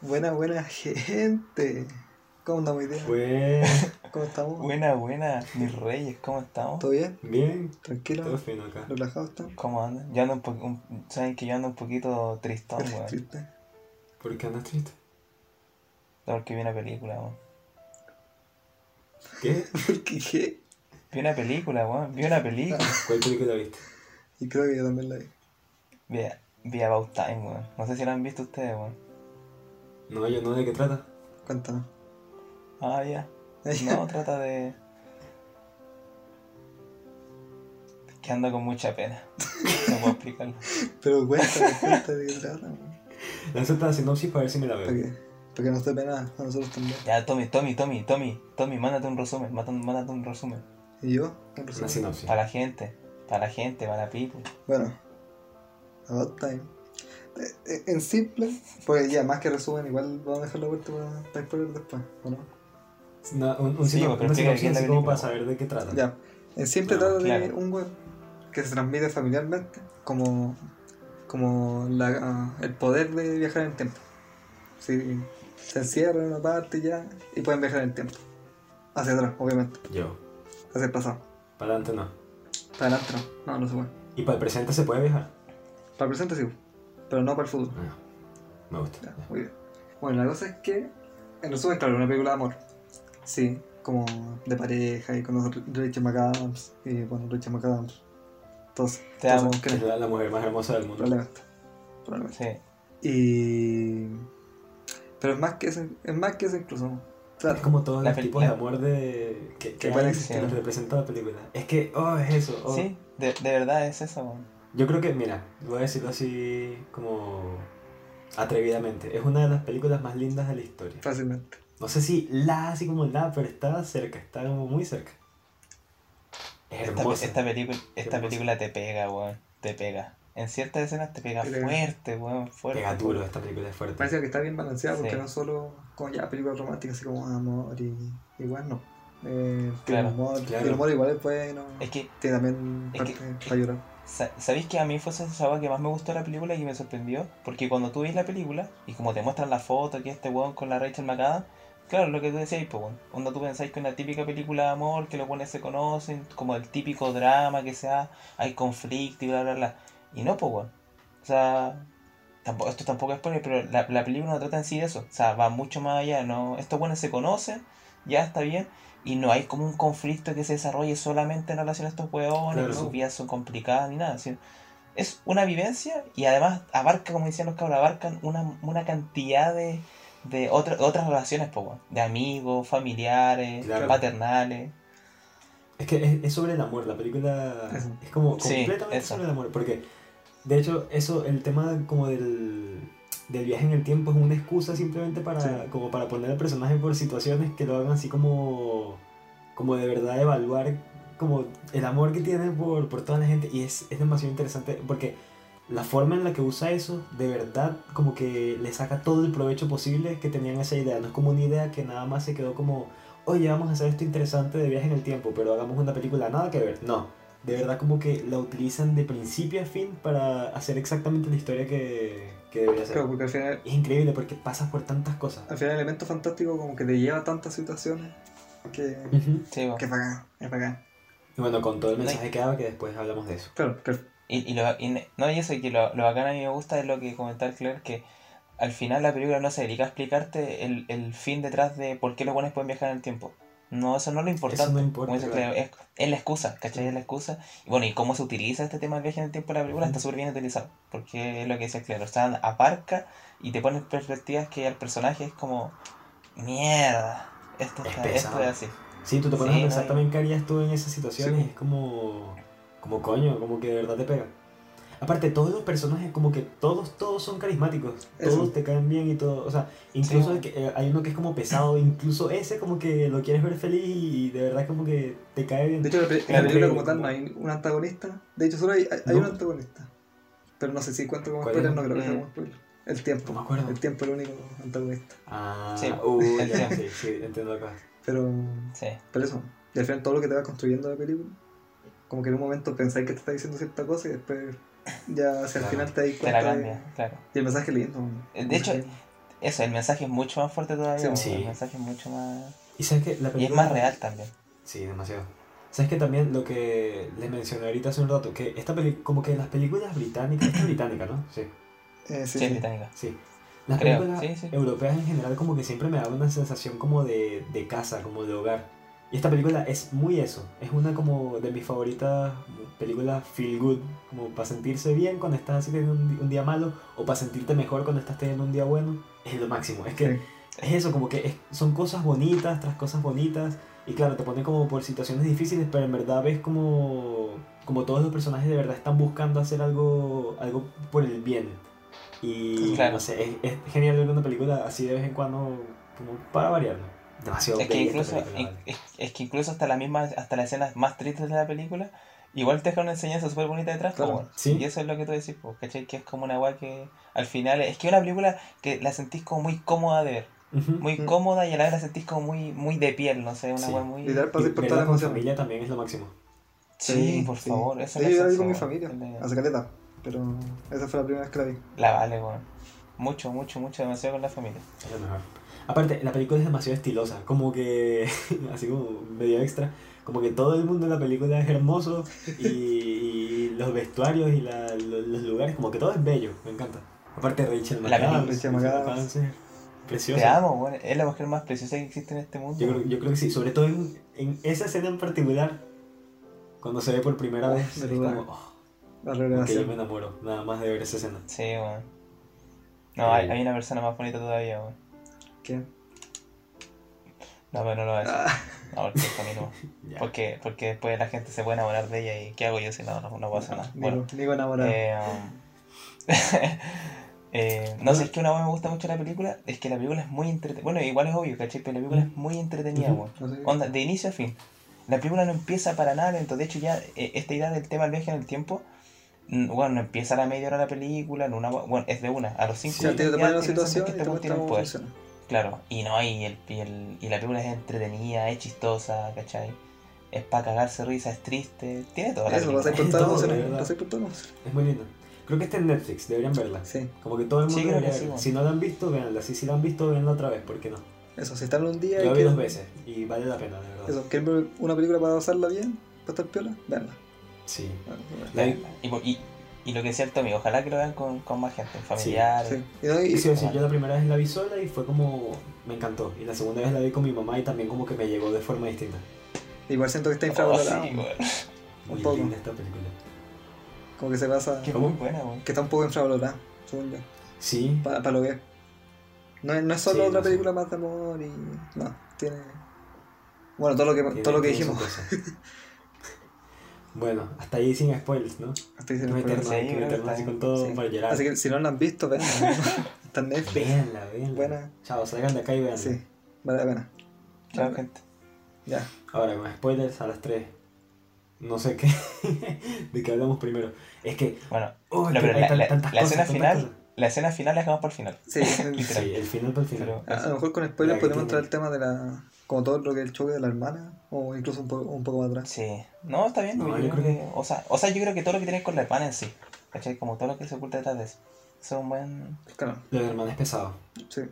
Buena, buena gente. ¿Cómo andamos, idea? Buen- ¿Cómo estamos? Buena, buena, mis reyes, ¿cómo estamos? ¿Todo bien? Bien, todo ¿Tranquilo? fino acá. ¿Relajado está? ¿Cómo andan? Yo ando un po- un- Saben que yo ando un poquito Ah, tristón, ¿Eres weón. triste? ¿Por qué andas triste? Porque vi una película, weón. ¿Qué? ¿Por qué qué? Vi una película, weón. Vi una película. ¿Cuál película viste? Y creo que yo también la vi. Vi, vi About Time, weón. No sé si la han visto ustedes, weón. No, yo no, ¿de qué trata? Cuéntanos. Ah, ya. No, trata de. Es que ando con mucha pena. No puedo explicarlo. Pero cuéntanos, cuéntanos de qué trata, weón. Lanza la sinopsis para ver si me la Para veo. que, para que no esté penada a nosotros también. Ya, Tommy, Tommy, Tommy, Tommy, Tommy, mándate un resumen, mata- mándate un resumen. ¿Y yo? Un Una resumen. sinopsis. Para la gente, para la gente, para la people. Bueno, about time. Eh, eh, En simple, pues ya, más que resumen, igual vamos a dejarlo vuelto para, para spoiler después, ¿o no? Una, un, un Sí, sino- pero una explica sinopsis quién es la así como película. para saber de qué trata. Ya. En simple Ah, trata de claro. un web que se transmite familiarmente como, como la, ah, el poder de viajar en el tiempo. Si se encierran en una parte ya y pueden viajar en el tiempo. Hacia atrás, obviamente. Yo. Hacia el pasado. Para adelante no. Para adelante no. No, no se puede. ¿Y para el presente se puede viajar? Para el presente sí, pero no para el futuro. Ah, me gusta. Ya, muy bien. Bueno, la cosa es que, en resumen, claro, una película de amor. Sí, como de pareja y con los R- Rachel McAdams. Y bueno, Rachel McAdams. Todos, Te todos amo. sabemos quién Es es. la, la mujer más hermosa del mundo. Probablemente. Probablemente. Sí. Y. Pero es más que eso, es más que eso incluso. Es Trata. como todos La los peli- tipos la- de amor de... que, que Que hay, pueden existir. que nos representa la película. Es que, oh, es eso. oh. Sí, de, de verdad es eso, weón. Yo creo que, mira, voy a decirlo así como atrevidamente. Es una de las películas más lindas de la historia. Fácilmente. No sé si la, así como la, pero está cerca, está como muy cerca. Es Esta, hermosa. esta película, esta Hermosa. película te pega, weón. Te pega. En ciertas escenas te pega Te pega. fuerte, weón. Fuerte. Pega duro, esta película es fuerte. Parece que está bien balanceada porque Sí. no solo con ya películas románticas así como amor y. igual no. Eh, tiene Claro, humor, claro. el humor igual es bueno. Es que, tiene también es parte que- para llorar. sa- ¿sabéis que a mí fue esa saga que más me gustó de la película y que me sorprendió? Porque cuando tú ves la película y como te muestran la foto que este weón con la Rachel McAdams, claro, lo que tú decías, pues, weón. Onda tú pensáis que una típica película de amor, que los buenos se conocen, como el típico drama que sea, hay conflicto y bla, bla, bla. Y no, pues, weón. O sea, tampoco, esto tampoco es spoiler, pero la, la película no trata en sí de eso. O sea, va mucho más allá. no Estos buenos se conocen, ya está bien. Y no hay como un conflicto que se desarrolle solamente en relación a estos hueones, Claro, que sí. sus vidas son complicadas ni nada. sino- es una vivencia y además abarca, como decían los cabros, abarcan una, una cantidad de, de otra- otras relaciones, pues, weón. de amigos, familiares, Claro. paternales. Es que es, es sobre el amor, la película Eso. es como Sí, completamente eso. sobre el amor, porque de hecho eso, el tema como del, del viaje en el tiempo es una excusa simplemente para, Sí. como para poner al personaje por situaciones que lo hagan así como, como de verdad evaluar como el amor que tiene por, por toda la gente y es, es demasiado interesante porque la forma en la que usa eso de verdad como que le saca todo el provecho posible que tenían esa idea, no es como una idea que nada más se quedó como oye, vamos a hacer esto interesante de viaje en el tiempo, pero hagamos una película nada que ver. No, de verdad como que la utilizan de principio a fin para hacer exactamente la historia que, que debería ser. Claro, porque al final, Es increíble porque pasas por tantas cosas. al final el elemento fantástico como que te lleva a tantas situaciones que. Ujú. Sí, weón. que es bacán, es bacán. Y bueno, con todo el mensaje que daba que después hablamos de eso. Claro, que Y, y lo, y ne- no, y eso que lo, lo bacán a mí me gusta es lo que comentaba el Claire, que al final la película no se dedica a explicarte el, el fin detrás de por qué los buenos pueden viajar en el tiempo. No, eso no es lo importante. Eso no importa, como dice el claro. Claire, es, es la excusa, ¿cachai? Es la excusa. Y bueno, y cómo se utiliza este tema del viaje en el tiempo en la película Ujú. está súper bien utilizado. Porque es lo que dice el Claire. O sea, abarca y te pone en perspectivas que al personaje es como, mierda, esto, Es está, pesado. esto es así. Sí, tú te pones Sí, a no, pensar y- también qué harías tú en esas situaciones. Sí. Es como. Como coño, como que de verdad te pega. Aparte, todos los personajes, como que todos, todos son carismáticos. Eso. Todos te caen bien y todo. O sea, incluso Sí. el que- eh, hay uno que es como pesado. Incluso ese, como que lo quieres ver feliz y de verdad, como que te cae bien. De hecho, la, pe- la Claro, película sí, como tal como- no hay un antagonista. De hecho, solo hay, hay- hay No. un antagonista. Pero no sé si cuento como ¿Cuál spoiler, es? no creo que sea Mm. como spoiler. El tiempo. No me acuerdo. El tiempo es el único antagonista. Ah, Sí. uy, ya, sí, sí, entiendo acá. Pero, Sí. pero eso, y al final todo lo que te va construyendo la película, como que en un momento pensáis que te está diciendo cierta cosa y después ya hacia el Claro. final te das Te cuenta. la de- cambia, claro. y el mensaje es lindo. De hecho, Eso, el mensaje es mucho más fuerte todavía. Sí, weón, sí. El mensaje es mucho más. Y sabes que la Y película. es más real también. Sí, demasiado. ¿Sabes que también lo que les mencioné ahorita hace un rato? Que esta peli como que las películas británicas. Esta es británica, ¿no? Sí. Eh, sí, Sí, sí. es británica. Sí. Las Creo, películas sí, sí. europeas en general como que siempre me da una sensación como de, de casa, como de hogar. Y esta película es muy eso. Es una como de mis favoritas películas feel good. Como para sentirse bien cuando estás así teniendo un, di- un día malo o para sentirte mejor cuando estás teniendo un día bueno. Es lo máximo. Es que Sí. es eso, como que es- son cosas bonitas tras cosas bonitas. Y claro, te pone como por situaciones difíciles, pero en verdad ves como, como todos los personajes de verdad están buscando hacer algo, algo por el bien. Y Claro. no sé, es, es genial ver una película así de vez en cuando, como para variar. ¿no? Demasiado Es que bella esta incluso, película, in- vale. es, es que incluso hasta la misma, hasta las escenas más tristes de la película, igual te deja una enseñanza súper bonita detrás, po, Claro. weón. Sí. Y eso es lo que tú decís, po, ¿cachai? Que es como una weá que al final, es que es una película que la sentís como muy cómoda de ver, Ujú. muy Mm. cómoda y a la vez la sentís como muy, muy de piel, no sé, una Sí. weá muy... Literal, Y para despertar verla la con emoción. familia también es lo máximo. Sí, por sí. favor, esa Sí, es yo la la vi con mi esencia, familia, weón. a Zacaleta, pero esa fue la primera vez que la vi. La vale, weón. Mucho, mucho, mucho, demasiado con la familia. Es lo mejor. Aparte, la película es demasiado estilosa, como que, así como medio extra, como que todo el mundo en la película es hermoso y, y los vestuarios y la- lo- los lugares, como que todo es bello, me encanta. Aparte Rachel La película. McAdams, Rachel McAdams. McAdams, Te preciosa. amo, weón. Es la mujer más preciosa que existe en este mundo. Yo creo, yo creo que sí, sobre todo en, en esa escena en particular, cuando se ve por primera Oh, vez, es verdad. como, oh, La como que yo revelación. me enamoro, nada más de ver esa escena. Sí, weón. No, hay, Bello. hay una persona más bonita todavía, weón. ¿Qué? No, pero no lo voy a decir. Ah, No, porque es mí no. Ya. Porque, porque después la gente se puede enamorar de ella y ¿qué hago yo si no, no, no pasa nada? Bueno, Nico, Nico enamorado. eh, um, eh, no sé, es que una vez me gusta mucho la película, es que la película es muy entretenida. Bueno, igual es obvio, ¿cachai? Pero la película es muy entretenida, Ujú. weón. No sé. Onda, de inicio a fin. La película no empieza para nada lento. De hecho, ya eh, esta idea del tema del viaje en el tiempo, mm, bueno, no empieza a la media hora la película, en una, bueno, es de una, a los cinco Sí, te, te ya ponen la tienes que situación sentir y que te este weón tiene muestran cómo un poder. funciona. Claro, y no, y, el, y, el- y la película es entretenida, es chistosa, ¿cachai? Es para cagarse risa, es triste, tiene todo. la Eso, película. vas a ir por todas las Todo, emociones, ¿verdad? vas a ir por todas las emociones. Es muy linda. Creo que está en Netflix, deberían verla. Sí, Como que todo el Sí, mundo creo debería que sí, verla. bueno. Si no la han visto, véanla. Si, si la han visto, véanla otra vez, ¿por qué no? eso, si están un día Yo la y vi quieren- dos veces y vale la pena, de verdad. Eso, ¿quieren ver una película para pasarla bien? ¿Para estar piola? Verla. Sí. Ya, Y, po- y- y lo que es cierto, amigo, ojalá que lo vean con, con más gente, Oh, familiares. Sí. Y, no, y- Y sí, sí, vale. yo la primera vez la vi sola y fue como. Me encantó. Y la segunda vez la vi con mi mamá y también como que me llegó de forma distinta. igual siento que está Oh, infravalorada. sí, weón. Muy Un poco. linda esta película. como que se pasa. Qué ¿Cómo? muy buena, weón. Que está un poco infravalorada, según yo. Sí. Para, para lo que es. No, es- no es solo Sí, otra no sé. película más de amor y. No, tiene. Bueno, todo lo que, tiene- todo lo que tiene su dijimos. cosa. bueno, hasta ahí sin spoilers, ¿no? Hasta ahí se Que nos fue. meternos, Sí, hay que creo que meternos así está- con todo Sí. para llorar. Así que si no la han visto, vean. está en Netflix. Véanla, véanla. Buena. Chao, salgan de acá y véanla. Sí, vale la pena. Chao, gente. Ya. Ahora, con spoilers a las 3. No sé qué. de qué hablamos primero. Es que. Bueno, oh, es no, que pero hay la, tan- la- tantas la escena cosas, tantas final, la escena final la dejamos para el final. Sí, cosas. Sí, el final para el final. Pero- a, a lo mejor con spoilers La que podemos entrar tiene. al tema de la. Como todo lo que es el choque de la hermana, o incluso un poco, un poco más atrás. Sí. No, está bien, No, yo, creo que... O sea, o sea, yo creo que todo lo que tiene con la hermana en sí. ¿Cachai? Como todo lo que se oculta detrás de eso. Eso es un buen... Claro, Lo del hermano es pesado. sí.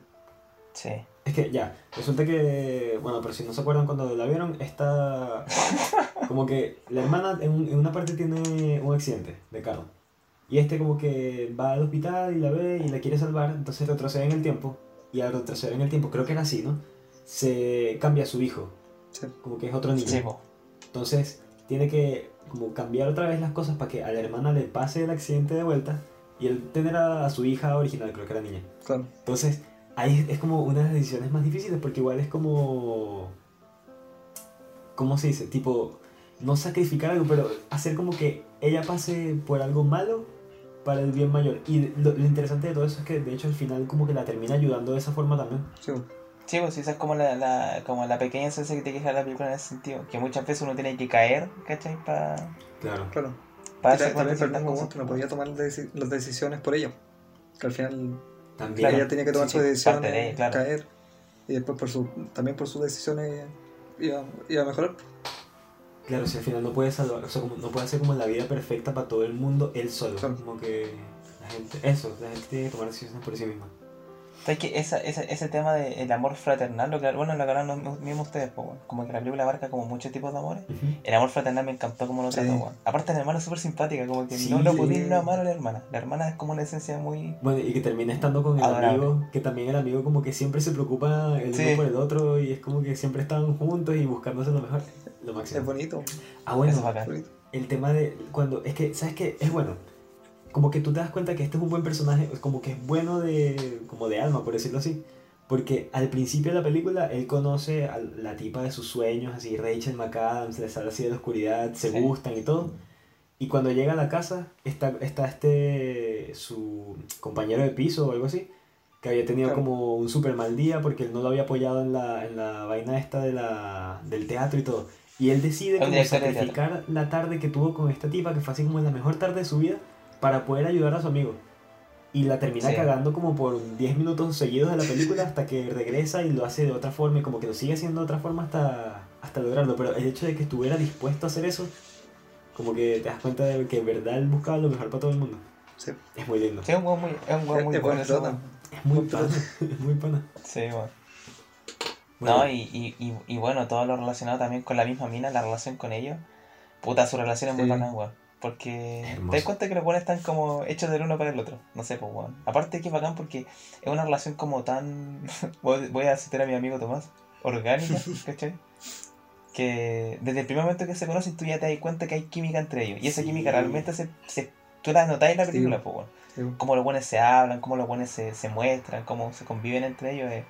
Sí. Es que ya, resulta que, bueno, pero si no se acuerdan cuando la vieron, está como que la hermana en, un- en una parte tiene un accidente de carro. Y este como que va al hospital y la ve y la quiere salvar, entonces retrocede en el tiempo. Y al retroceder en el tiempo, creo que era así, ¿no? Se cambia a su hijo. Sí. Como que es otro niño. Sí, po. Entonces tiene que como cambiar otra vez las cosas para que a la hermana le pase el accidente de vuelta y él tener a, a su hija original, creo que era niña. Claro, Entonces, ahí es, es como una de las decisiones más difíciles porque igual es como... ¿Cómo se dice? Tipo, no sacrificar algo, pero hacer como que ella pase por algo malo para el bien mayor. Y lo, lo interesante de todo eso es que de hecho al final como que la termina ayudando de esa forma también. sí. Sí, pues esa es como la, la, como la pequeña esencia que te queja la película en ese sentido. Que muchas veces uno tiene que caer, ¿cachai? Para Claro. Claro. pa Y ta- darse también para cuenta de el ciertas mismo cosas. monstruo no podía tomar las deci- las decisiones por ella. Que al final También. Claro. ella tenía que tomar Sí, sus sí, decisiones, parte de ella, claro. caer. Y después por su, también por sus decisiones iba, iba a mejorar. Claro, si al final no puede salvar, o sea, como- no puede hacer como la vida perfecta para todo el mundo él solo. Claro. Como que la gente, eso, la gente tiene que tomar decisiones por sí misma. ¿Sabes que esa, esa- ese tema del amor fraternal, lo que, bueno, lo que hablan los mismos ustedes, pues, bueno, como que la película abarca como muchos tipos de amores. Ujú. El amor fraternal me encantó como lo Sí. trató, weón. Aparte, la hermana es súper simpática, como que Sí. no lo podía no amar a la hermana. La hermana es como una esencia muy. Bueno, y que termina estando con el Adorable. amigo, que también el amigo como que siempre se preocupa el Sí. uno por el otro y es como que siempre están juntos y buscándose lo mejor, lo Es máximo. bonito. Ah, bueno, Eso es bacán. bonito. el tema de cuando es que sabes que es bueno como que tú te das cuenta que este es un buen personaje como que es bueno de como de alma por decirlo así porque al principio de la película él conoce a la tipa de sus sueños así Rachel McAdams le sale así de la oscuridad se Sí. gustan y todo y cuando llega a la casa está está este su compañero de piso o algo así que había tenido Claro. como un super mal día porque él no lo había apoyado en la, en la vaina esta de la, del teatro y todo. Y él decide El como director del teatro. sacrificar la tarde que tuvo con esta tipa, que fue así como la mejor tarde de su vida, para poder ayudar a su amigo. Y la termina Sí. cagando como por 10 minutos seguidos de la película hasta que regresa y lo hace de otra forma y como que lo sigue haciendo de otra forma hasta, hasta lograrlo. Pero el hecho de que estuviera dispuesto a hacer eso, como que te das cuenta de que en verdad él buscaba lo mejor para todo el mundo. Sí. Es muy lindo. Sí, es un weón muy, es un weón Es, muy es bueno. buen ese prota. weón. Es muy Muy pana. Es muy pana. Sí, weón. Bueno. No, y, y, y, y bueno, todo lo relacionado también con la misma mina, la relación con ellos. Puta, su relación es muy Sí. bacán, weón. Porque Hermoso. te das cuenta que los weones están como hechos del uno para el otro. No sé, pues weón. Aparte que es bacán porque es una relación como tan. voy voy a citar a mi amigo Tomás. Orgánica, ¿cachai? Que desde el primer momento que se conocen tú ya te das cuenta que hay química entre ellos. Y esa Sí. química realmente se, se- tú la notas en la película, pues weón Sí, bueno, cómo los buenos se hablan, cómo los buenos se, se muestran, cómo se conviven entre ellos, es,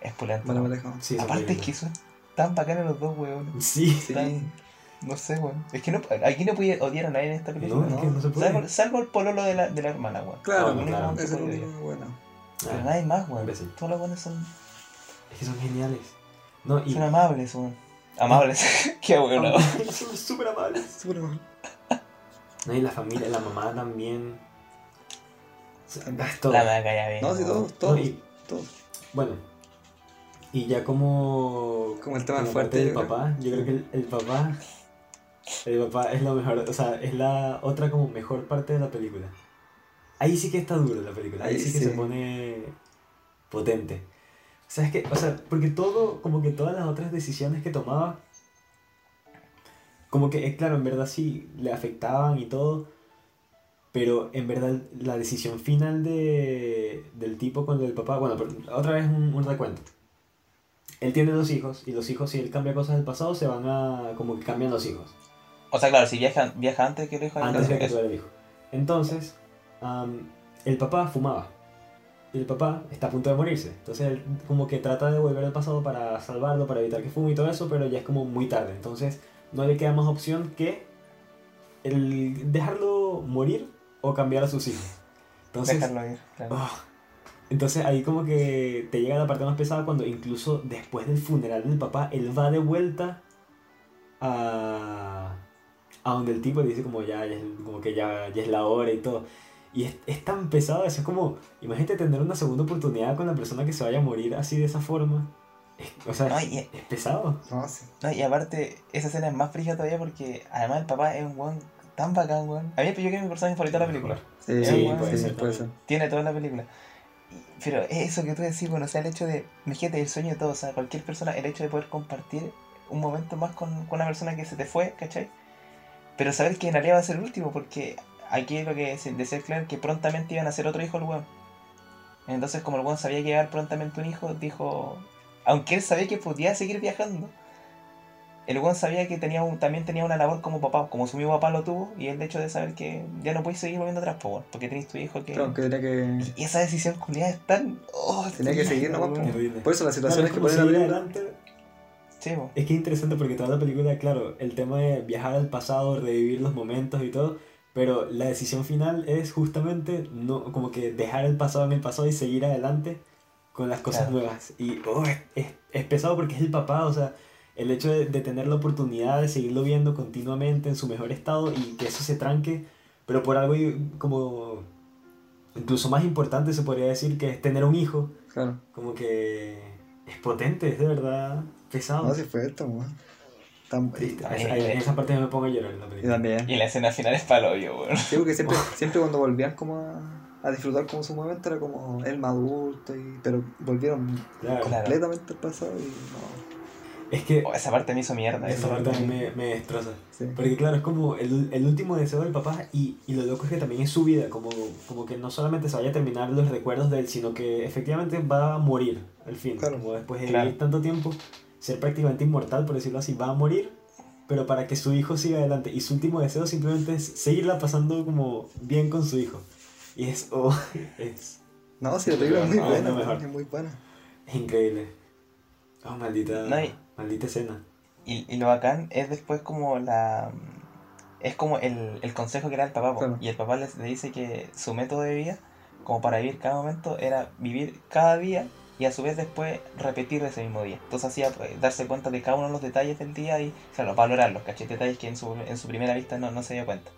es pulento. Buena weón. pareja. Sí, es muy Aparte es lindo. que son tan bacanos los dos, weón. Sí. Sí. Tan- No sé, weón. Es que no, aquí no pude odiar a nadie en esta película. No, es que no se puede. Salvo, salvo el pololo de la, de la hermana, weón. Claro, Ah, claro. es el Podría. único bueno. Pero Ah, nadie más, weón. Imbécil. Todos los buenos son, es que son geniales. No, y. son amables, weón. Amables. Qué weón. Son súper amables. Súper bueno. No, y la familia, la mamá también. O sea, todo. La me caía bien. No, sí, weón. todos, No, todos, y, todos. bueno. Y ya como. Como el con tema la fuerte. parte del yo creo. papá, yo creo que el, el papá. El papá es lo mejor. O sea, es la otra como mejor parte de la película. Ahí sí que está duro la película. Ahí, Ahí sí que sí. se pone potente. O sea, es que, o sea, porque todo, como que todas las otras decisiones que tomaba, como que, eh, claro, en verdad sí le afectaban y todo, pero en verdad la decisión final de, del tipo con el papá, bueno, pero otra vez un, un recuento. Él tiene dos hijos y los hijos, si él cambia cosas del pasado, se van a, como que cambian los hijos. O sea, claro, si viaja, viaja antes que el hijo Antes de que eso. tuviera el hijo. Entonces, am, el papá fumaba. Y el papá está a punto de morirse. Entonces él como que trata de volver al pasado para salvarlo, para evitar que fume y todo eso, pero ya es como muy tarde. Entonces no le queda más opción que el dejarlo morir o cambiar a sus hijos. Entonces, Dejarlo ir, claro. Ah. entonces ahí como que te llega la parte más pesada cuando incluso después del funeral del papá, él va de vuelta a, a donde el tipo le dice como ya, ya es- como que ya, ya es la hora y todo. Y es, es tan pesado eso, es como, imagínate tener una segunda oportunidad con la persona que se vaya a morir así de esa forma. Es- o sea, Ay, es, es pesado. No, sí. No, y aparte, esa escena es más fría todavía porque además el papá es un weón tan bacán, weón. A mí yo creo que es mi personaje favorito de la película. Sí, Sí, bueno, puede sí, ser puede ser. también. Tiene toda la película. Y- Pero eso que tú decís, bueno, o sea, el hecho de, imagínate, el sueño de todos, o sea, cualquier persona, el hecho de poder compartir un momento más con, con una persona que se te fue, ¿cachai? Pero saber que en realidad va a ser el último, porque aquí es lo que se- decía el Clark, que prontamente iban a ser otro hijo el weón. Entonces, como el weón sabía que iba a haber prontamente un hijo, dijo, aunque él sabía que podía seguir viajando, el weón sabía que tenía un- también tenía una labor como papá, como su mismo papá lo tuvo, y el hecho de saber que ya no podéis seguir volviendo atrás, po, weón, porque tenéis tu hijo que... Claro, que tenía que. Y esa decisión culiada es tan. Oh, Tenía que seguir nomás, weón. Terrible. Por eso las Claro, es situaciones que como ponen Pues, la seguir película. adelante Sí, po. Es que es interesante porque toda la película, claro, el tema de viajar al pasado, revivir los momentos y todo, pero la decisión final es justamente no, como que dejar el pasado en el pasado y seguir adelante con las cosas Claro. nuevas. Y oh, es, es- es pesado porque es el papá, o sea, el hecho de, de tener la oportunidad de seguirlo viendo continuamente en su mejor estado y que eso se tranque, pero por algo y- como incluso más importante se podría decir que es tener un hijo, Claro. como que es potente, es de verdad pesado. No, sí fue esto, weón. Tan Triste. Ay, Esa- en esa parte me pongo a llorar en la Y película. también. Y la escena final es palo, yo, weón. Sí, porque siempre, siempre cuando volvían como a, a disfrutar como su momento era como él más adulto, y, pero volvieron Claro. Claro. completamente al pasado y no. Es que Oh, esa parte me hizo mierda. esa parte a mí me, me destroza. Sí. Porque claro, es como el, el último deseo del papá y, y lo loco es que también es su vida, como, como que no solamente se vaya a terminar los recuerdos de él, sino que efectivamente va a morir al fin. Claro. Como después de Claro. vivir tanto tiempo, ser prácticamente inmortal, por decirlo así, va a morir, pero para que su hijo siga adelante. Y su último deseo simplemente es seguirla pasando como bien con su hijo. Y es, oh, es, No, si la película es muy No, buena, no, Ah, mejor. es muy buena. es increíble. Oh, maldita, No, y- maldita escena. Y, y lo bacán es después como la... Es como el, el consejo que era el papá. po. Claro. Y el papá les- le dice que su método de vida, como para vivir cada momento, era vivir cada día y a su vez después repetir ese mismo día. Entonces hacía pues, darse cuenta de cada uno de los detalles del día y claro, valorarlos, ¿cachai? Detalles que en su, en su primera vista no, no se dio cuenta.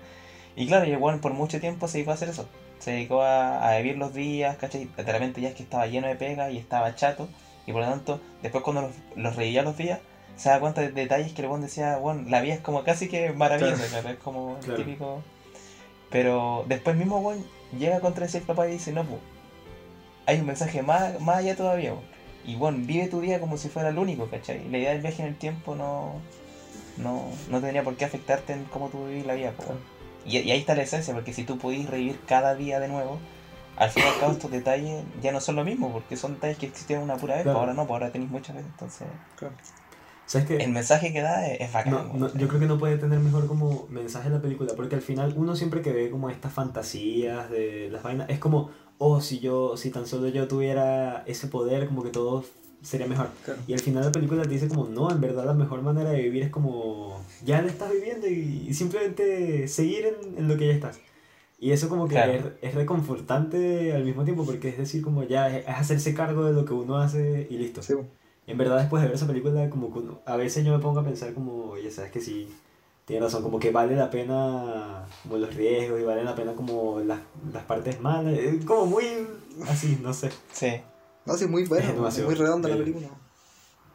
Y claro, y el weón por mucho tiempo se dedicó a hacer eso. Se dedicó a, a vivir los días, ¿cachai? De repente ya es que estaba lleno de pegas y estaba chato. Y por lo tanto, después cuando los, los reía los días, se da cuenta de detalles que el weón decía, bueno, la vida es como casi que maravillosa, claro, es como el Claro. típico. Pero después mismo weón llega contra ese papá y dice, no, pues, hay un mensaje más, más allá todavía, weón. Y bueno, vive tu día como si fuera el único, ¿cachai? La idea del viaje en el tiempo no, no, no tendría por qué afectarte en cómo tú vivís la vida, po, weón. Y, y ahí está la esencia, porque si tú pudís revivir cada día de nuevo, al fin y al cabo estos detalles ya no son lo mismo, porque son detalles que existieron una pura vez, Claro. pues ahora no, pues ahora tenéis muchas veces, entonces... ¿Sabes qué? El mensaje que da es, es bacán, No, weón, no, ¿cachai? yo creo que no puede tener mejor como mensaje la película, porque al final uno siempre que ve como estas fantasías de las vainas, es como, oh, si yo, si tan solo yo tuviera ese poder, como que todo sería mejor. Claro. Y al final la película te dice como, no, en verdad la mejor manera de vivir es como, ya la estás viviendo y, y simplemente seguir en, en lo que ya estás. Y eso como que Claro. es, es reconfortante al mismo tiempo, porque es decir, como ya es, es hacerse cargo de lo que uno hace y listo. Sí, po. En verdad, después de ver esa película, como que uno- a veces yo me pongo a pensar como, oye, sabes que sí, tiene razón, como que vale la pena como los riesgos y vale la pena como las, las partes malas, eh, como muy así, no sé. Sí, No, sí, muy buena, Es po, demasiado muy redonda la bella. película.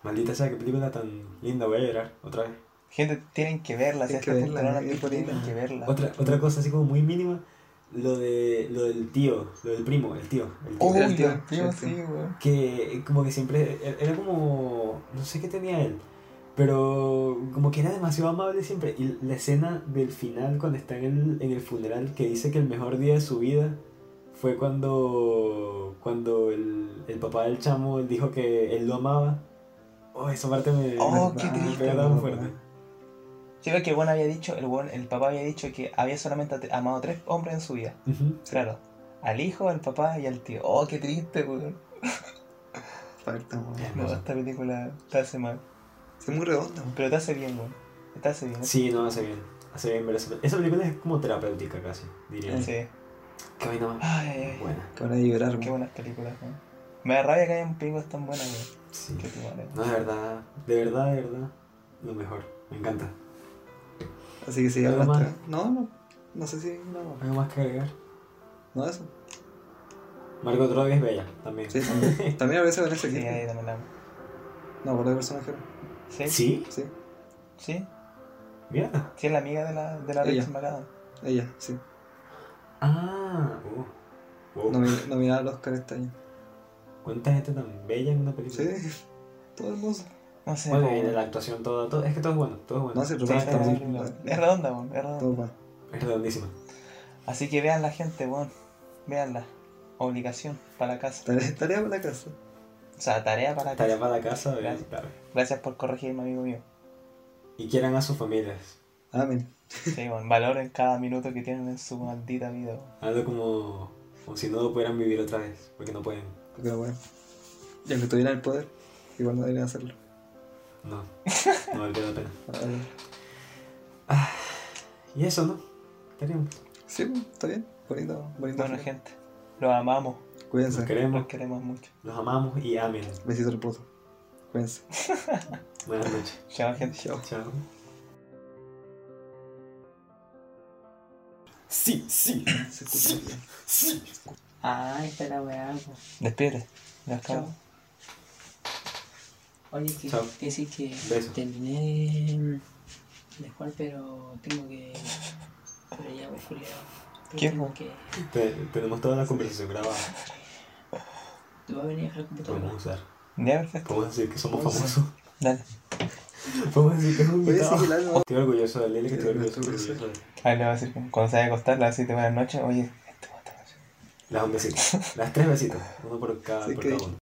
Maldita sea, qué película tan linda, voy a llorar otra vez. gente, tienen que verla, si Hay que hasta verla, no la han es visto, bonita. tienen que verla. Otra, otra cosa así como muy mínima, lo, de, lo del tío, lo del primo, el tío. El tío. Uy, El tío, Dios mío, el sí, tío. weón. que como que siempre er- era como no sé qué tenía él pero como que era demasiado amable siempre y la escena del final cuando está en el, en el funeral que dice que el mejor día de su vida fue cuando cuando el, el papá del chamo dijo que él lo amaba oh esa parte me, Oh, me- qué me triste, pega tan fuerte Sí, ve que el buen había dicho, el, buen, el papá había dicho que había solamente ate- amado a tres hombres en su vida. Ujú. Claro, al hijo, al papá y al tío. Oh, qué triste, weón. Falta, po. No, esta película te hace mal. Sí, muy redonda. po. Pero te hace bien, weón. Te hace bien. sí no hace bien hace bien ver esa, esa película es como terapéutica casi diría yo. Sí. qué vaina más Ay, ay, ay. buena Que van a llorar, po. Qué buenas películas, weón. Me da rabia que hayan películas tan buenas, weón. sí Qué tu madre. No, de verdad, de verdad, de verdad, lo mejor. Me encanta. Así que si ¿Algo hablaste. más? No, no. No sé si. No, ¿Algo más que agregar? no eso. Margot Robbie es bella también. Sí, también. también a veces Vanessa Sí, ahí Kirby. también la amo. No, por el personaje. Sí, sí, ¿Sí? Sí, sí. Mira. es la amiga de la, de la Ella. Rachel McAdams. ella, sí. Ah, uh, wow. Nomi- Nominada al Oscar este año. ¿Cuánta gente tan bella en una Sí, película? todo hermoso. No sé, Bueno, y weón. de la actuación, todo, todo, es que todo es bueno, todo es bueno. No, sí, Sí, Pero está está muy bien, bien. Es redonda, weón, es redonda. Todo bueno. Es redondísima. Así que vean la gente, weón. Veanla. Obligación para la casa. Tarea, tarea para la casa. O sea, tarea para la Tarea casa. para la casa, ¿verdad? Gracias. claro. Gracias por corregirme, amigo mío. Y quieran a sus familias. Amén. Sí, weón. Valoren cada minuto que tienen en su maldita vida, weón. Algo como, como si no lo pudieran vivir otra vez, porque no pueden. Porque bueno. Y aunque tuviera el poder, igual no debería hacerlo. No, no vale la pena. Ah, bueno. Y eso, ¿no? Estaríamos. Sí, pues, está bien. Bonito, bonito. Bueno, gente, los amamos. Nos Cuídense. queremos, Los queremos mucho. los amamos y amen. Besito al poto. Cuídense. Buenas noches. Chao, gente. Chao. Chao. Sí, sí, Se escucha bien. sí. Ah, esta es la weá. po. Despídete. Nos acabamos. Oye, que Chao. decir que Beso. terminé de, de jugar, pero tengo que. Pero ya voy furiado. ¿Qué, Tengo po? que- Te- tenemos toda la conversación grabada. Te voy a venir a dejar el Podemos computador. usar. Ya, perfecto. Podemos decir que somos famosos. Dale. Podemos decir que es un Oye, sí, invitado. claro, ¿no? Estoy orgulloso de él, que estoy orgulloso Estoy orgulloso de él. Ahí le voy a decir, que cuando se vaya a acostar, las 7 de la noche, oye, este va a estar así. Las un besito. Las tres besitos. Uno por cada, Sí, por que- cada uno.